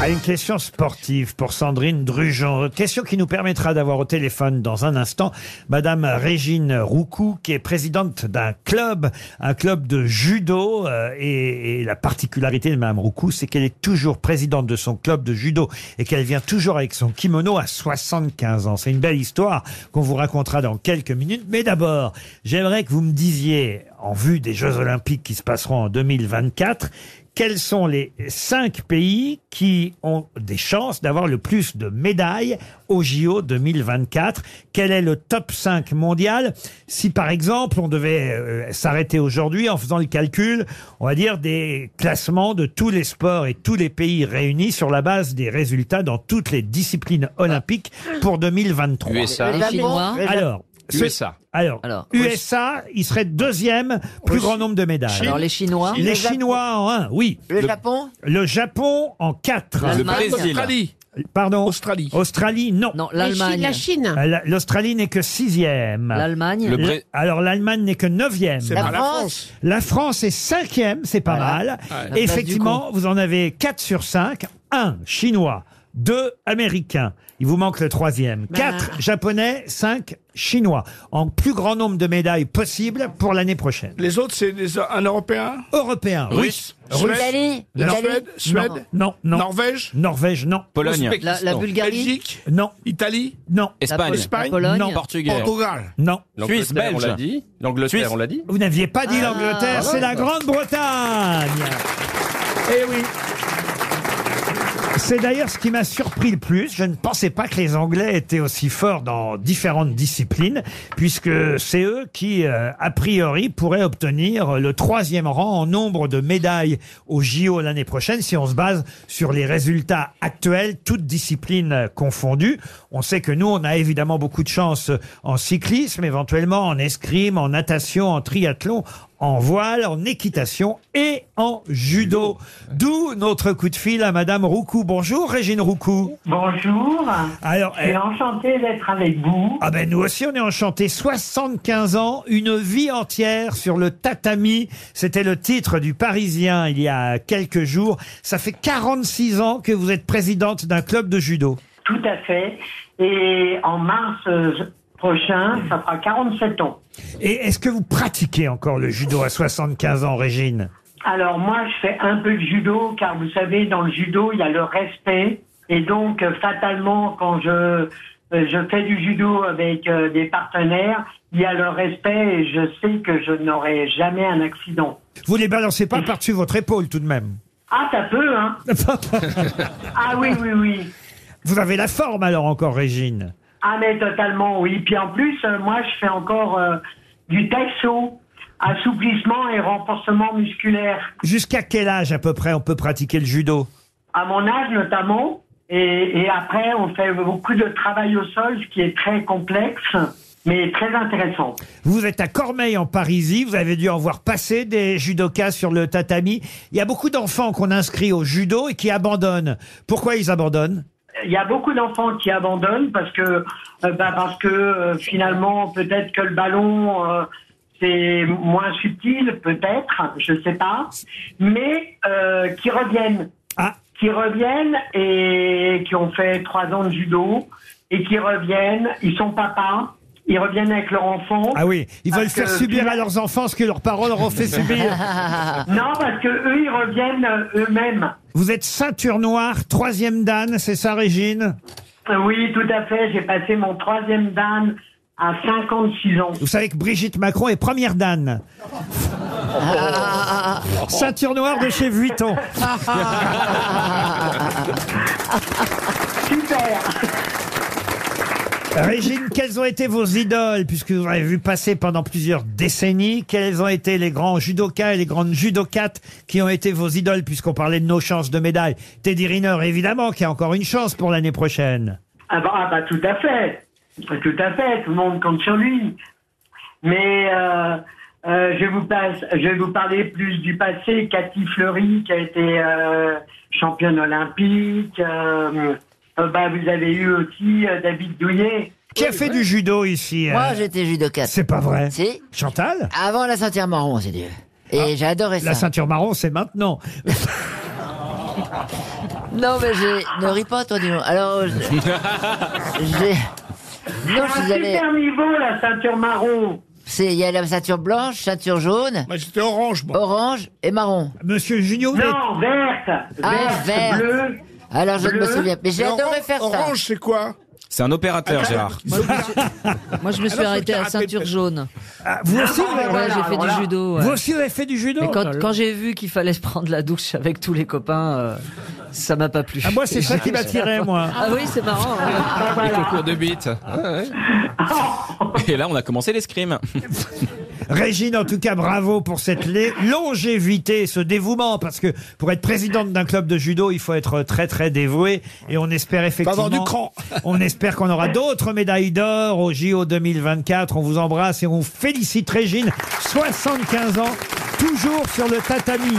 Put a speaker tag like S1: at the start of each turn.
S1: Ah, une question sportive pour Sandrine Drujon. Question qui nous permettra d'avoir au téléphone dans un instant Madame Régine Roucou, qui est présidente d'un club, un club de judo. euh, et, et la particularité de Madame Roucou, c'est qu'elle est toujours présidente de son club de judo et qu'elle vient toujours avec son kimono à 75 ans. C'est une belle histoire qu'on vous racontera dans quelques minutes. Mais d'abord, j'aimerais que vous me disiez, en vue des Jeux Olympiques qui se passeront en 2024, quels sont les cinq pays qui ont des chances d'avoir le plus de médailles au JO 2024 Quel est le top 5 mondial Si par exemple on devait euh, s'arrêter aujourd'hui en faisant le calcul, on va dire des classements de tous les sports et tous les pays réunis sur la base des résultats dans toutes les disciplines olympiques pour 2023.
S2: Hein
S3: USA.
S4: Les Chinois.
S1: Alors, ce-
S3: USA.
S1: alors,
S4: Alors,
S1: USA, il serait deuxième plus grand nombre de médailles.
S4: Alors les Chinois.
S1: Les Chinois en un, oui.
S5: Le Japon
S2: Eh
S1: Le Japon en 4.
S3: Le
S4: L'Allemagne.
S3: Brésil.
S2: Australie,
S1: Pardon
S2: Australie,
S1: Australie, non.
S4: Non,
S6: La Chine,
S4: l'Allemagne.
S6: la Chine.
S1: Euh, la- L'Australie n'est que sixième.
S4: L'Allemagne.
S3: Le
S1: L-
S3: Bré-
S1: Alors l'Allemagne n'est que neuvième.
S2: c'est
S5: La
S2: pas ben, la
S5: France.
S2: France.
S1: La France est cinquième, c'est pas
S4: Voilà.
S1: mal.
S4: Ouais.
S1: Effectivement, vous en avez 4 sur 5. 1 chinois, 2 américains. Il vous manque le troisième. 4 japonais, 5 chinois. En plus grand nombre de médailles possible pour l'année prochaine.
S2: Les autres, c'est les- un Européen
S1: Européens, russe.
S2: Suède,
S5: Italie,
S2: la
S5: Italie,
S2: Suède, Suède,
S1: Non, non.
S2: Norvège,
S1: Norvège, non.
S3: Pologne.
S2: Ouzbékistan,
S4: La, la Bulgarie.
S2: Belgique,
S1: Non,
S2: Italie,
S1: non,
S3: Espagne.
S4: La, Pol- la
S2: Espagne.
S4: Pologne.
S1: Non.
S3: Portugais.
S2: Portugal.
S1: non.
S3: Suisse,
S7: L'Angleterre, on l'a
S3: Belge.
S7: dit. L'Angleterre,
S3: Suisse.
S7: on l'a dit.
S1: Vous n'aviez pas dit
S4: Ah,
S1: l'Angleterre, c'est la Grande-Bretagne. Eh oui. C'est d'ailleurs ce qui m'a surpris le plus. Je ne pensais pas que les Anglais étaient aussi forts dans différentes disciplines, puisque c'est eux qui, euh, a priori, pourraient obtenir le troisième rang en nombre de médailles au JO l'année prochaine, si on se base sur les résultats actuels, toutes disciplines euh, confondues. On sait que nous, on a évidemment beaucoup de chance en cyclisme, éventuellement en escrime, en natation, en triathlon, en voile, en équitation et en judo. D'où notre coup de fil à Madame Roucou. Bonjour Régine Roucou.
S8: Bonjour,
S1: Alors,
S8: je suis
S1: eh,
S8: enchantée d'être avec vous.
S1: ah ben nous aussi on est enchantés. 75 ans, une vie entière sur le tatami. C'était le titre du Parisien il y a quelques jours. Ça fait 46 ans que vous êtes présidente d'un club de judo.
S8: Tout à fait. Et en mars euh, prochain, ça fera 47 ans.
S1: Et est-ce que vous pratiquez encore le judo à 75 ans, Régine
S8: Alors moi, je fais un peu de judo, car vous savez, dans le judo, il y a le respect. Et donc, euh, fatalement, quand je, euh, je fais du judo avec euh, des partenaires, il y a le respect et je sais que je n'aurai jamais un accident.
S1: Vous les balancez pas par-dessus votre épaule tout de même.
S8: Ah, ça peut, hein Ah oui, oui, oui.
S1: Vous avez la forme alors encore, Régine.
S8: Ah mais totalement, oui. Puis en plus, euh, moi, je fais encore euh, du taïso, assouplissement et renforcement musculaire.
S1: Jusqu'à quel âge à peu près on peut pratiquer le judo
S8: À mon âge notamment. Et, et après, on fait beaucoup de travail au sol, ce qui est très complexe, mais très intéressant.
S1: Vous êtes à Cormeil en Parisie, vous avez dû en voir passer des judokas sur le tatami. Il y a beaucoup d'enfants qu'on inscrit au judo et qui abandonnent. Pourquoi ils abandonnent
S8: Il y a beaucoup d'enfants qui abandonnent parce que, euh, bah, parce que euh, finalement, peut-être que le ballon, euh, c'est moins subtil, peut-être, je sais pas, mais euh, qui reviennent.
S1: Ah,
S8: qui reviennent et qui ont fait trois ans de judo et qui reviennent, ils sont papas, ils reviennent avec leur enfant.
S1: ah oui, ils veulent
S8: Parce
S1: faire
S8: que-
S1: subir à leurs enfants ce que leurs parents leur ont fait subir.
S8: Non, parce que eux, ils reviennent euh, eux-mêmes.
S1: Vous êtes ceinture noire, troisième dan, c'est ça Régine
S8: Euh, Oui, tout à fait. J'ai passé mon troisième dan à 56 ans.
S1: Vous savez que Brigitte Macron est première dan. Ceinture noire de chez Vuitton.
S8: Super.
S1: Régine, quelles ont été vos idoles, puisque vous avez vu passer pendant plusieurs décennies Quels ont été les grands judokas et les grandes judokates qui ont été vos idoles, puisqu'on parlait de nos chances de médaille Teddy Riner, évidemment, qui a encore une chance pour l'année prochaine.
S8: Ah bah, ah bah, tout à fait. Tout à fait. Tout le monde compte sur lui. Mais euh, euh, je, vous passe, je vais vous parler plus du passé. Cathy Fleury, qui a été euh, championne olympique. Euh, euh, bah, vous avez eu aussi euh, David Douillet.
S1: Qui a fait du judo ici euh,
S5: Moi, j'étais judocate.
S1: C'est pas vrai.
S5: Si.
S1: Chantal
S5: Avant
S2: Ah,
S5: la ceinture marron, c'est Dieu. Et j'adorais
S1: La
S5: ça.
S1: ceinture marron, c'est maintenant.
S3: Non, mais j'ai. Ne ris pas, toi, dis donc. Alors, je- j'ai. Non,
S8: C'est
S3: je suis
S8: un
S3: allé.
S8: super niveau, la ceinture marron.
S3: C'est- Il y a la ceinture blanche, ceinture jaune,
S2: Moi, j'étais orange, moi.
S3: orange et marron.
S1: Monsieur Junio, vous êtes-
S8: Non, verte.
S3: Ah, verte.
S8: bleue.
S3: Alors, je ne me
S8: Bleu,
S3: souviens. Mais j'ai
S2: Mais
S3: adoré
S2: orange-
S3: faire ça.
S2: Orange, c'est quoi
S4: C'est un opérateur, Gérard.
S5: Moi, je me
S2: Alors,
S5: suis
S2: faut
S5: arrêtée à
S2: arrêter de
S5: ceinture
S2: faire-
S5: jaune.
S1: Ah, vous aussi, vous,
S5: Ouais,
S1: avez-
S8: voilà,
S5: j'ai fait
S8: voilà.
S5: du judo. ouais.
S1: vous aussi, vous avez fait du judo
S5: Mais
S1: Oh là
S5: quand,
S1: là.
S5: quand j'ai vu qu'il fallait se prendre la douche avec tous les copains, euh, ça m'a pas plu.
S1: Ah, moi, c'est ça qui m'attirait, moi.
S5: Ah oui, c'est marrant. hein.
S8: Ah,
S4: Les
S8: voilà.
S4: concours de bite. Et là, on a commencé l'escrime.
S1: Régine, en tout cas, bravo pour cette lé- longévité, ce dévouement, parce que pour être présidente d'un club de judo, il faut être très très dévoué, et on espère effectivement.
S2: avoir du cran.
S1: On espère qu'on aura d'autres médailles d'or au JO 2024. On vous embrasse et on félicite Régine, 75 ans, toujours sur le tatami.